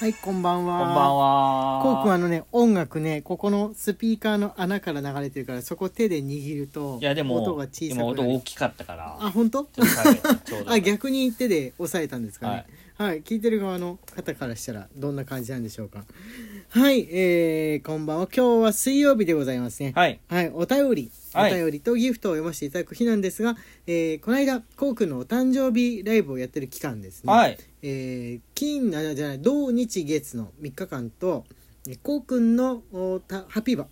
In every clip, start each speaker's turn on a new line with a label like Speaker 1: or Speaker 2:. Speaker 1: はい、こんばんは。
Speaker 2: こんばんは。
Speaker 1: こうくんあのね、音楽ね、ここのスピーカーの穴から流れてるから、そこ手で握ると、
Speaker 2: いやでも、
Speaker 1: 音が小さく
Speaker 2: 今
Speaker 1: な
Speaker 2: 音
Speaker 1: る
Speaker 2: 大。きかったから。
Speaker 1: あ、本当
Speaker 2: ちょっと下げてちょうど
Speaker 1: あ、逆に手で押さえたんですかね。はい、聞いてる側の方からしたら、どんな感じなんでしょうか。はい、えー、こんばんは。今日は水曜日でございますね。
Speaker 2: はい。
Speaker 1: はい、お便り、
Speaker 2: はい
Speaker 1: お便りとギフトを読ませていただく日なんですが、えー、この間、こうくんのお誕生日ライブをやってる期間ですね。
Speaker 2: はい。
Speaker 1: えー金あじゃない土日月の3日間とえーこうくんのおたハピバ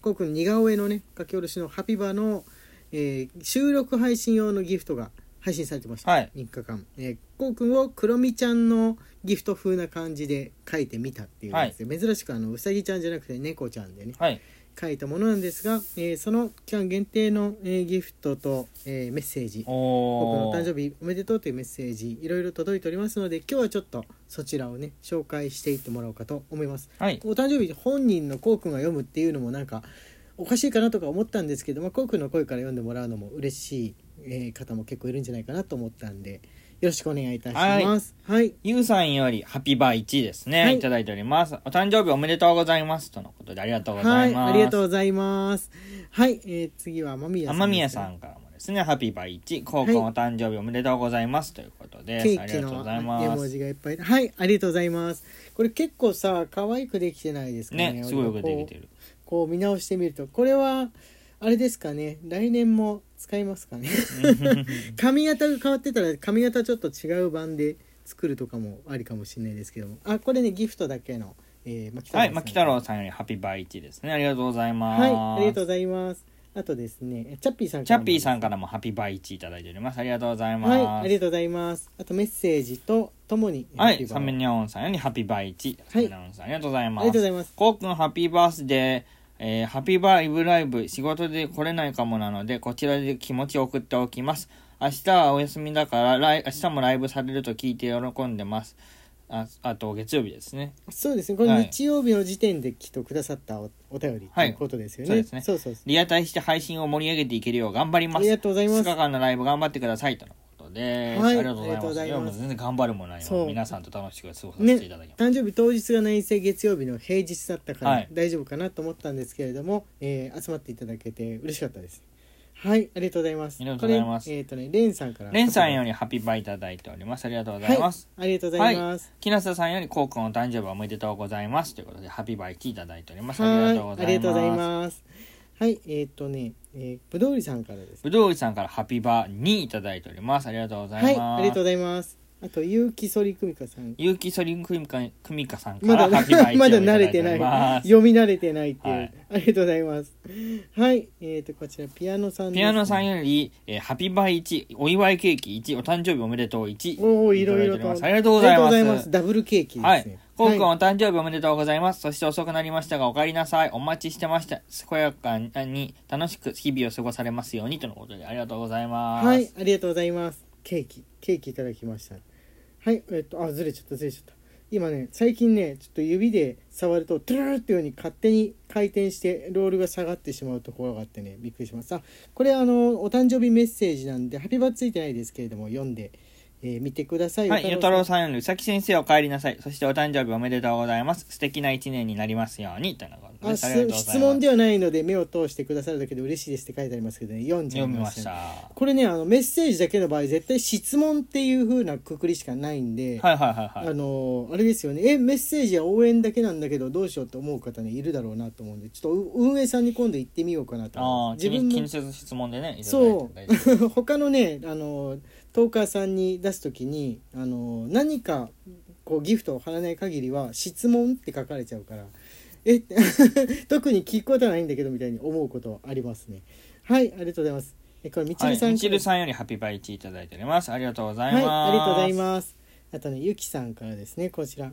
Speaker 1: こうくん似顔絵のね書き下ろしのハピバの、えー収録配信用のギフトが配信されてました、
Speaker 2: はい
Speaker 1: 3日間、えー、こうくんをクロミちゃんのギフト風な感じで書いてみたっていうやつで、珍しくあのうさぎちゃんじゃなくて猫ちゃんでね
Speaker 2: はい。
Speaker 1: 書いたものなんですが、えーその期間限定の、えーギフトと、えーメッセージ僕の
Speaker 2: お
Speaker 1: お
Speaker 2: ー
Speaker 1: 誕生日おめでとうというメッセージいろいろ届いておりますので今日はちょっとそちらをね紹介していってもらおうかと思います
Speaker 2: はい。
Speaker 1: お誕生日本人のこうくんが読むっていうのもなんかおかしいかなとか思ったんですけど、まあ、こうくんの声から読んでもらうのも嬉しい、えー方も結構いるんじゃないかなと思ったんでよろしくお願いいたしますはい
Speaker 2: ゆうさんよりハッピーバー1ですね、
Speaker 1: はい
Speaker 2: い。ただいております。お誕生日おめでとうございます。とのことでありがとうご
Speaker 1: は
Speaker 2: ざ
Speaker 1: い
Speaker 2: います。
Speaker 1: ありがとうございますはい、えー次は天宮さんですね
Speaker 2: 天宮さんからもですね、ハッピーバー1、こうくんお誕生日おめでとうございます。ということで、
Speaker 1: ケ
Speaker 2: あ
Speaker 1: ー
Speaker 2: りが
Speaker 1: キ
Speaker 2: とうご
Speaker 1: の
Speaker 2: ざいま
Speaker 1: 絵文
Speaker 2: す。
Speaker 1: 字がいっぱいはいありがとうございますこれ結構さ可愛くできてないですかね
Speaker 2: ね、すごいよくできて
Speaker 1: る
Speaker 2: る。
Speaker 1: こう見直してみるとこれはあれですかね来年も使いますかね 髪型が変わってたら髪型ちょっと違う版で作るとかもありかもしれないですけどもあこれねギフトだけの、えー、牧太郎
Speaker 2: は
Speaker 1: さ
Speaker 2: い、
Speaker 1: ん
Speaker 2: まき太郎さんよりハッピーバー1ですね。ありがとうございます。
Speaker 1: はいありがとうございますあとですねチャッピーさん
Speaker 2: チャッピー
Speaker 1: ん
Speaker 2: さんからもハッピーバー1いただいております。ありがとうございます。
Speaker 1: はいありがとうございますあとメッセージとともに
Speaker 2: は
Speaker 1: ハッピ
Speaker 2: い、
Speaker 1: ーバ
Speaker 2: サ
Speaker 1: ー
Speaker 2: ムニャオンさんよりハッピーバー1。サムニャオンさん、ありがとうござい
Speaker 1: あ
Speaker 2: ま
Speaker 1: りがとうご
Speaker 2: す。
Speaker 1: ざいます
Speaker 2: こうくん、ハッピーバースデー。えーハッピーバーイブライブ、仕事で来れないかもなので、こちらで気持ちを送っておきます。明日はお休みだから、来明日もライブされると聞いて喜んでます。ああと、月曜日ですね。
Speaker 1: そうですねこれ
Speaker 2: はい
Speaker 1: 日曜日の時点できっとくださったおお便りと
Speaker 2: はい
Speaker 1: いうことですよね、
Speaker 2: そうですね
Speaker 1: そうそうそう
Speaker 2: リアタイして配信を盛り上げていけるよう頑張ります。
Speaker 1: ありがとうございます
Speaker 2: 2日間のライブ頑張ってください。とのことです。
Speaker 1: はい
Speaker 2: ありがとうございます。
Speaker 1: ありがとうございます
Speaker 2: やもう全然頑張るも何
Speaker 1: そ
Speaker 2: も
Speaker 1: う
Speaker 2: 皆さんと楽しく過ごさ
Speaker 1: ね
Speaker 2: せていただきます。
Speaker 1: 誕生日当日が内政月曜日の平日だったから、
Speaker 2: はい
Speaker 1: 大丈夫かなと思ったんですけれども、えー集まっていただけて嬉しかったですはいありがとうございます
Speaker 2: ありがとうございます
Speaker 1: これえっ、とねレンさんから
Speaker 2: レンさんよ
Speaker 1: り
Speaker 2: りハッピーバーいただいております。ありがとうご
Speaker 1: ご
Speaker 2: ざいます。、
Speaker 1: はい、ありがとうございます、
Speaker 2: 木下さんよりこうくんお誕生日おめでとうございますということでハッピーバイキーいただいております
Speaker 1: は
Speaker 2: あ
Speaker 1: い
Speaker 2: りがとうござ
Speaker 1: あり
Speaker 2: い
Speaker 1: がとうござい
Speaker 2: ます
Speaker 1: ますはいえっ、とね、えー、ぶどうりさんからです
Speaker 2: ぶどうりさんからハッピーバーにいただいておりますありがとうございま
Speaker 1: は
Speaker 2: す、
Speaker 1: いありがとうございますあと結城そりくみかさん
Speaker 2: ゆうきそりんくみかくみかさんか
Speaker 1: まだ
Speaker 2: らハッピーバー1
Speaker 1: まだ慣れてない
Speaker 2: ます
Speaker 1: 読み慣れてないっていう、
Speaker 2: はい
Speaker 1: ありがとうございますはいえっ、とこちらピアノさんです
Speaker 2: ピアノさんより、えーハッピーバー1お祝いケーキ1お誕生日おめでとう1
Speaker 1: おおいろいろ
Speaker 2: ただておりま
Speaker 1: と
Speaker 2: すありがとうござい
Speaker 1: ありがとう
Speaker 2: ます
Speaker 1: ダブルケーキ
Speaker 2: は
Speaker 1: です
Speaker 2: い
Speaker 1: ね。
Speaker 2: コウ君
Speaker 1: は
Speaker 2: お誕生日おめでとうございます。そして遅くなりましたが、お帰りなさい。お待ちしてました。健やかに楽しく日々を過ごされますようにとのことでありがとうございま
Speaker 1: い、
Speaker 2: す。
Speaker 1: はい、ありがとうございますケーキケーキいただきましたはいえっ、とあずれちゃったずれちゃった今ね最近ねちょっと指で触るとトゥルルルっていうように勝手に回転してロールが下がってしまうところがあってねびっくりしましたこれあのお誕生日メッセージなんでハピバーついてないですけれども読んで、えー見てください
Speaker 2: はい、ゆ
Speaker 1: よ
Speaker 2: うたろうさんよりうさき先生お帰りなさい。そしてお誕生日おめでとうございます。素敵な一年になりますように。ということ
Speaker 1: あ
Speaker 2: ですありがとうございます。
Speaker 1: 質問ではないので目を通してくださるだけで嬉しいですって書いてありますけどね読んじゃい
Speaker 2: 読み
Speaker 1: ま
Speaker 2: ま
Speaker 1: した
Speaker 2: した。は
Speaker 1: これねあのメッセージだけの場合絶対質問っていう風なくくりしかないんで、
Speaker 2: いはいはいは
Speaker 1: あ
Speaker 2: い。
Speaker 1: のあれですよねえメッセージや応援だけなんだけどどうしようと思う方ねいるだろうなと思うんでちょっとう運営さんに今度行ってみようかなと
Speaker 2: あ
Speaker 1: 思
Speaker 2: あ、
Speaker 1: います
Speaker 2: 自
Speaker 1: 自分
Speaker 2: 分
Speaker 1: の
Speaker 2: 近接質問でね、いただいて
Speaker 1: そ
Speaker 2: も大丈夫
Speaker 1: う 他のねあのトーカーさんに出す時にあの何かこうギフトを貼らない限りは「質問」って書かれちゃうからえ 特に聞くことはないんだけどみたいに思うことはありますねはいありがとうございますえこれみち
Speaker 2: は
Speaker 1: る
Speaker 2: い
Speaker 1: さんから、
Speaker 2: みちるさんよりハッピーバイチいただいております。ありがとうござい
Speaker 1: は
Speaker 2: ま
Speaker 1: い
Speaker 2: す。
Speaker 1: ありがとうございますあとねゆきさんからですねこちら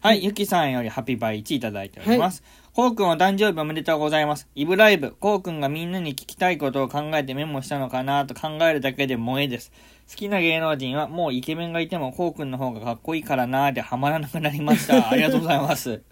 Speaker 2: はい、ゆきさんよりハピバイ1いただいております。こうくんお誕生日おめでとうございます。イブライブ、こうくんがみんなに聞きたいことを考えてメモしたのかなと考えるだけで萌えです。好きな芸能人はもうイケメンがいてもこうくんの方がかっこいいからなーでハマらなくなりま した。ありがとうございます。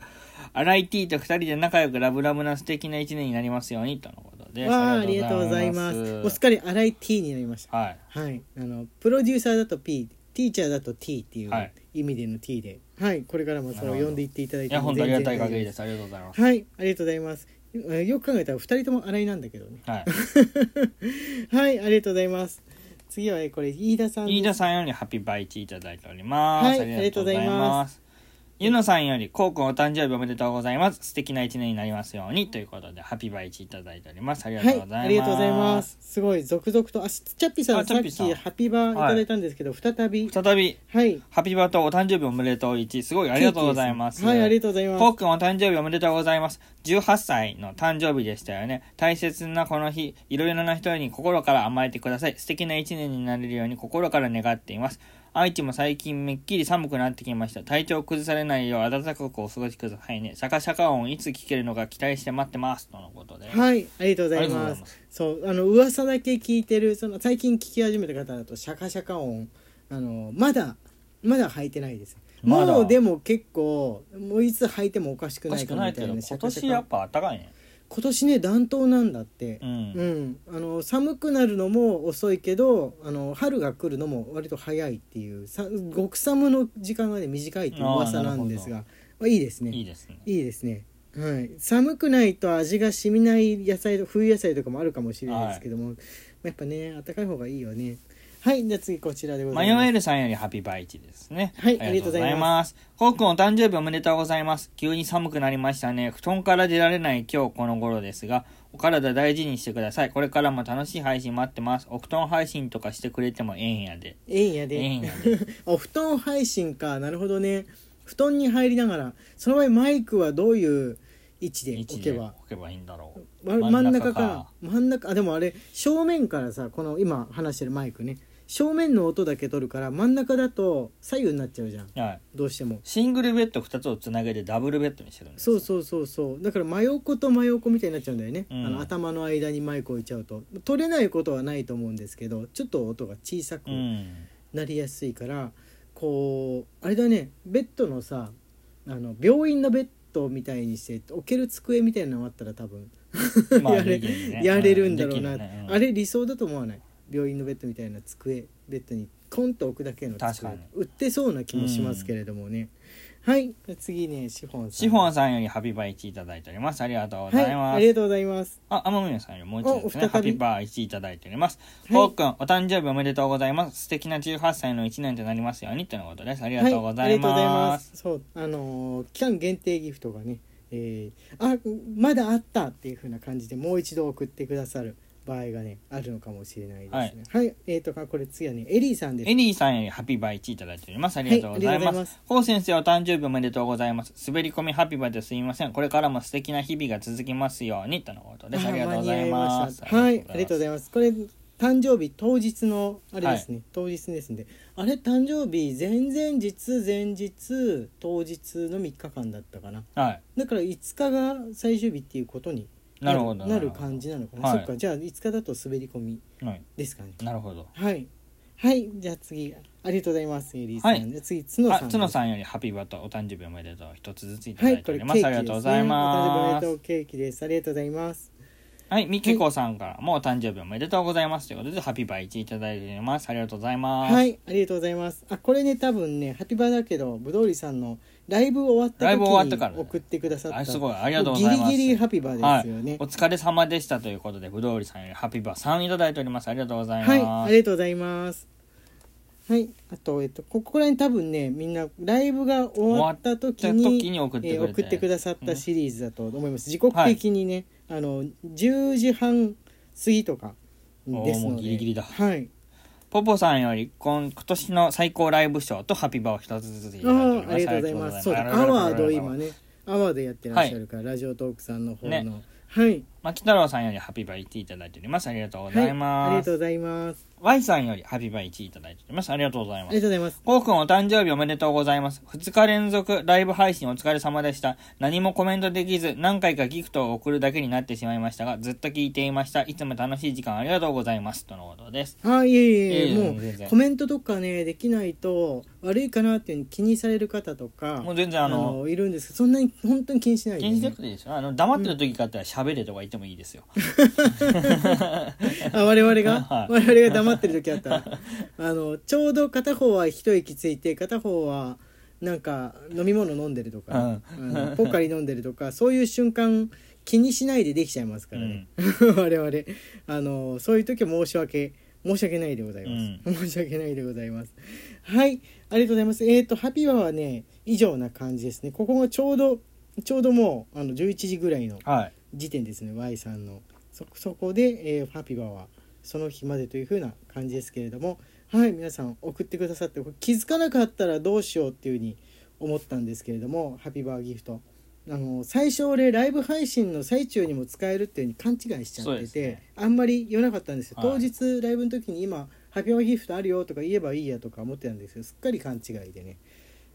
Speaker 2: 荒井 T と二人で仲良くラブラブな素敵な一年になりますように、とのことです。
Speaker 1: わあありがとうございますもうすっかり荒い T になりました
Speaker 2: はい。
Speaker 1: はいあのプロデューサーだと P ティーチャーだと T っていう
Speaker 2: はい
Speaker 1: 意味での T ではいこれからもそ
Speaker 2: なる
Speaker 1: れを
Speaker 2: ほど
Speaker 1: 読んでいっていただい
Speaker 2: い
Speaker 1: て
Speaker 2: や、
Speaker 1: も
Speaker 2: 本当ありがたい
Speaker 1: 全然大
Speaker 2: 限り
Speaker 1: 丈
Speaker 2: です。ありがとうございま
Speaker 1: 夫はいありがとうございますえーよく考えたら2人とも洗いなんだけどね
Speaker 2: す。はい。
Speaker 1: はいありがとうございます次はえーこれ飯田さんです
Speaker 2: 飯田さんよりハッピーバイチいただいております。。
Speaker 1: はいありがとうございます
Speaker 2: ゆのさんより、こうくんお誕生日おめでとうございます。素敵な一年になりますように。ということで、ハッピーバイチいただいております。ありがとうございます。
Speaker 1: はい、ありがとうございま。す。すごい続々とあしチャッピーさ
Speaker 2: あ
Speaker 1: ん
Speaker 2: チ
Speaker 1: さ
Speaker 2: ャ
Speaker 1: っ
Speaker 2: ッピーさん
Speaker 1: きハピバーいただいたんですけど、再び
Speaker 2: 再び、
Speaker 1: はい
Speaker 2: ハッピーバーとお誕生日おめでとう1、すごいありがとうございます。
Speaker 1: ケーキですはいありがとうございます。
Speaker 2: こうくんお誕生日おめでとうございます。18歳の誕生日でしたよね。大切なこの日、いろいろな人に心から甘えてください。素敵な一年になれるように心から願っています。愛知も最近めっきり寒くなってきました。体調を崩されないよう暖かくお過ごしくださいね。シャカシャカ音いつ聞けるのか期待して待ってます。とのことで。
Speaker 1: はい、ありがとうござい
Speaker 2: ありがとうござ
Speaker 1: ま
Speaker 2: い
Speaker 1: す
Speaker 2: ま。す。
Speaker 1: そう、あの噂だけ聞いてる、その最近聞き始めた方だとシャカシャカ音、あのまだまだ履いてないです。
Speaker 2: まだ
Speaker 1: もうでも結構もういつ履いてもおかしく
Speaker 2: お
Speaker 1: な
Speaker 2: か
Speaker 1: い
Speaker 2: し
Speaker 1: か
Speaker 2: く
Speaker 1: も
Speaker 2: な
Speaker 1: み
Speaker 2: い
Speaker 1: た
Speaker 2: け
Speaker 1: い
Speaker 2: ど、
Speaker 1: な
Speaker 2: 今
Speaker 1: シャカシャ
Speaker 2: 年
Speaker 1: カ
Speaker 2: や
Speaker 1: 音
Speaker 2: っぱ暖かいね。
Speaker 1: 今年ね暖冬なんだって
Speaker 2: う。。
Speaker 1: うんん、あの寒くなるのも遅いけどあの春が来るのも割と早いっていうさ極寒の時間がね短いっていう噂なんですがまあ、いいですね
Speaker 2: いい
Speaker 1: い
Speaker 2: ですね。
Speaker 1: いですね、はい、寒くないと味が染みない野菜と冬野菜とかもあるかもしれないですけども、まあやっぱね暖かい方がいいよねはいじゃあ次こちらでございます
Speaker 2: マヨエルさんよりハピバイチですね。
Speaker 1: はいありがとうござい
Speaker 2: ます。コウ君お誕生日おめでとうございます。急に寒くなりましたね。布団から出られない今日この頃ですが、お体大事にしてください。これからも楽しい配信待ってます。お布団配信とかしてくれてもええんやで。
Speaker 1: ええんや
Speaker 2: え
Speaker 1: で、
Speaker 2: えんやで。
Speaker 1: お布団配信かなるほどね布団に入りながらその場合マイクはどういう位置で
Speaker 2: 位
Speaker 1: 置
Speaker 2: 置
Speaker 1: け
Speaker 2: で
Speaker 1: ば
Speaker 2: 置けばいいんだろう。
Speaker 1: わ真ん中から真ん中あでもあれ正面からさこの今話してるマイクね正面の音だけ取るから真ん中だと左右になっちゃうじゃん
Speaker 2: はい。
Speaker 1: どうしても
Speaker 2: シングルベッド2つをつなげてダブルベッドにしてるんです。
Speaker 1: そうそうそうそうだから真横と真横みたいになっちゃうんだよね、
Speaker 2: うん
Speaker 1: あの頭の間にマイク置いちゃうと取れないことはないと思うんですけどちょっと音が小さく
Speaker 2: うん。
Speaker 1: なりやすいから、こうあれだねベッドのさあの病院のベッドみたいにして置ける机みたいなのがあったら多分
Speaker 2: まあ
Speaker 1: やれ
Speaker 2: できるね
Speaker 1: やれるんだろう
Speaker 2: う
Speaker 1: な、
Speaker 2: できるねうん
Speaker 1: あれ理想だと思わない病院のベッドみたいな机ベッドにコンと置くだけの
Speaker 2: 確かに
Speaker 1: 机売ってそうな気もしますけれどもね、はい次ねシフォンさん
Speaker 2: シフォンさんよりハピバイチいただいております。ありがとうございます。
Speaker 1: はい、ありがとうございます
Speaker 2: あ、天宮さんよりもう一度ですね、
Speaker 1: お
Speaker 2: ハ
Speaker 1: 再び
Speaker 2: ピーバー1いただいております。
Speaker 1: はい
Speaker 2: ポーくん、お誕生日おめでとうございます。素敵な18歳の1年となりますように、とのことです。ありがとうござい
Speaker 1: はい、ありがとうございま
Speaker 2: ますす。
Speaker 1: そうあのー期間限定ギフトがね、えーあまだあったっていう風な感じでもう一度送ってくださる場合がねあるのかもしれないですねはい、えー、とかこれ次はねエリーさんです
Speaker 2: エリーさんよりハピーバー1いただいております。ありがとうござい
Speaker 1: はいありがと
Speaker 2: ま。
Speaker 1: うございます
Speaker 2: コウ先生、お誕生日おめでとうございます。滑り込みハピバですいません。これからも素敵な日々が続きますように、とのことです。ありがとうございます。
Speaker 1: あ間に合いましたはい、ありがとうございます。これ誕生日当日のあれですね、当日ですんで、あれ誕生日前々日前日当日の3日間だったかな。
Speaker 2: はい。
Speaker 1: だから5日が最終日っていうことに
Speaker 2: なるほど。
Speaker 1: なる感じなのかな。
Speaker 2: はい
Speaker 1: そっか、じゃあ5日だと滑り込み
Speaker 2: はい。
Speaker 1: ですかね。
Speaker 2: なるほど。
Speaker 1: はい、はい、じゃあ次ありがとうございます。エリーさん、
Speaker 2: はい
Speaker 1: じゃあ次角さ
Speaker 2: あ、
Speaker 1: んです。
Speaker 2: 角さんよりハピーバーとお誕生日おめでとう一つずついた
Speaker 1: は
Speaker 2: だいて
Speaker 1: い、こ
Speaker 2: お
Speaker 1: れ
Speaker 2: り
Speaker 1: ケ
Speaker 2: ま
Speaker 1: ーキ
Speaker 2: す。
Speaker 1: です、ね、
Speaker 2: ありがとうございま
Speaker 1: お誕生日おめですとう。ケーキです。ありがとうございます。
Speaker 2: はい、みきこさんから、もうお誕生日おめでとうございます。ということで、ハッピーバイチいただいております。ありがとうございます。
Speaker 1: はい、ありがとうございます。あ、これね、多分ね、ハピバだけど、ぶどうりさんのライブ終わった
Speaker 2: ライ
Speaker 1: 時
Speaker 2: ブ終わってから
Speaker 1: に送ってくださった。
Speaker 2: あすごい、ありがとうございます。
Speaker 1: ギリギリハピバですよ
Speaker 2: はい。
Speaker 1: ね
Speaker 2: お。疲れ様でしたということで、ぶどうりさんよりハッピーバー3いただいております。ありがとうございます。
Speaker 1: はい、ありがとうございます。はい、あと、えっと、ここら辺多分ね、みんなライブが終わった時に。
Speaker 2: 終わった時に送ってくれて
Speaker 1: えー送ってくださったシリーズだと思います。時刻的にね、あの、10時半過ぎとか。です
Speaker 2: おー
Speaker 1: の
Speaker 2: もう
Speaker 1: で。
Speaker 2: ギリギリだ
Speaker 1: はい。
Speaker 2: ポポさんより今、今年の最高ライブ賞とハッピーバーを一つずついただいてお
Speaker 1: あ
Speaker 2: り
Speaker 1: あ
Speaker 2: ます。
Speaker 1: ありがとうございます。そう
Speaker 2: あ
Speaker 1: だ
Speaker 2: りがと
Speaker 1: ア
Speaker 2: うござ
Speaker 1: ワ
Speaker 2: い
Speaker 1: ー
Speaker 2: ます
Speaker 1: ド今。ね、アワードやってらっしゃるから、ラジオトークさんの方の、
Speaker 2: ね
Speaker 1: はい、
Speaker 2: 牧太郎さんよりハッピーバー1いただいております。ありがとうご
Speaker 1: は
Speaker 2: ざ
Speaker 1: い、
Speaker 2: い
Speaker 1: あり
Speaker 2: ま
Speaker 1: が
Speaker 2: す。
Speaker 1: とうございます。
Speaker 2: Y さんよりハッピーバー1いただいております。ありがとうござい
Speaker 1: あ
Speaker 2: ま
Speaker 1: り
Speaker 2: す
Speaker 1: が。とうございます。
Speaker 2: こうくんお誕生日おめでとうございます。2日連続ライブ配信お疲れ様でした。何もコメントできず、何回かギフトを送るだけになってしまいましたが、ずっと聞いていました。いつも楽しい時間ありがとうございます。とのことです。
Speaker 1: あ、いえいえいえ
Speaker 2: いえいえ
Speaker 1: も
Speaker 2: 全然
Speaker 1: うコメントとかねできないと悪いかなっていうの気にされる方とか
Speaker 2: もう全然あの、
Speaker 1: いるんですけど、そんなに本当に気にしないで
Speaker 2: 気
Speaker 1: ね、
Speaker 2: にしなくていいですよ。あの、黙ってる時があったら喋れとか言っってもいいですよ。
Speaker 1: あ我々
Speaker 2: はい
Speaker 1: が我々が黙ってる時あったら あのちょうど片方は一息ついて片方はなんか飲み物飲んでると
Speaker 2: う
Speaker 1: か、あのポカリ飲んでるとかそういう瞬間気にしないでできちゃいますからね、 我々あのそういう時は申し訳申し訳ないでございます、 申し訳ないでございますはいありがとうございますえっ、とハピバはね以上な感じですねここがちょうどちょうどもうあの11時ぐらいの
Speaker 2: はい。
Speaker 1: 時点ですね Y さんのそそこで、えー、ハピバはその日までというふうな感じですけれどもはい皆さん送ってくださってこれ気づかなかったらどうしようっていうふうに思ったんですけれどもハピバーギフトあの最初俺ライブ配信の最中にも使えるっていうふうに勘違いしちゃ
Speaker 2: そう
Speaker 1: っ
Speaker 2: で
Speaker 1: て
Speaker 2: す
Speaker 1: て、
Speaker 2: ね
Speaker 1: あんまり言わなかったんですよ、
Speaker 2: はい
Speaker 1: 当日ライブの時に今ハピバーギフトあるよとか言えばいいやとか思ってたんですけどすっかり勘違いでね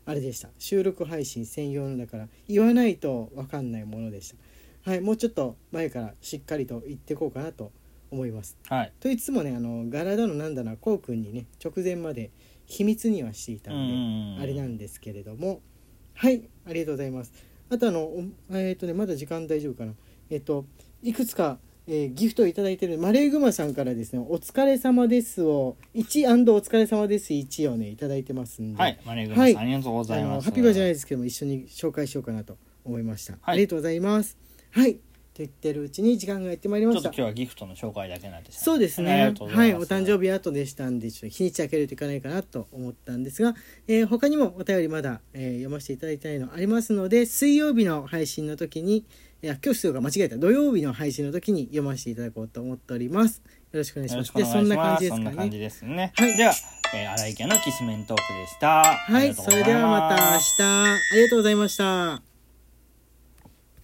Speaker 1: あれでした収録配信専用のだから言わないと分かんないものでしたはいもうちょっと前からしっかりと言ってこうかなと思います
Speaker 2: はい。
Speaker 1: と言いつつもねあの柄だのなんだなこうくんにね直前まで秘密にはしていたんで、あれなんですけれどもはいありがとうございますあとあのおえっ、とねまだ時間大丈夫かなえっ、といくつか、えーギフトをいただいてるマレーグマさんからですね「お疲れ様です」を1お疲れ様です1をねいただいてますんで、
Speaker 2: はい。マネーグマさん、ありがとうござい
Speaker 1: あ
Speaker 2: ま
Speaker 1: の
Speaker 2: す。
Speaker 1: ハッピーバーじゃないですけども一緒に紹介しようかなと思いました、ありがとうございますはいと言ってるうちに時間がやってまいりま
Speaker 2: ちょ
Speaker 1: し
Speaker 2: っと
Speaker 1: た
Speaker 2: 今日はギフトの紹介だけなんですね
Speaker 1: そうです
Speaker 2: あり
Speaker 1: ね
Speaker 2: がとうござ
Speaker 1: はいい
Speaker 2: ま
Speaker 1: お
Speaker 2: す
Speaker 1: 誕生日後でしたんでちょっと日にち明けるといかないかなと思ったんですが、えー他にもお便りまだ、えー読ませていただいたいのありますので水曜日の配信の時にいや今日するか間違えた土曜日の配信の時に読ませていただこうと思っておりますよろしくお願いし
Speaker 2: よろ
Speaker 1: ま
Speaker 2: し
Speaker 1: す
Speaker 2: くお願いします。
Speaker 1: でそんな感じです
Speaker 2: そん
Speaker 1: か
Speaker 2: な感
Speaker 1: ね
Speaker 2: じですね。
Speaker 1: はい
Speaker 2: では、えー、荒井家のキスメントークでした。
Speaker 1: はい、それではまた明日。ありがとうございました。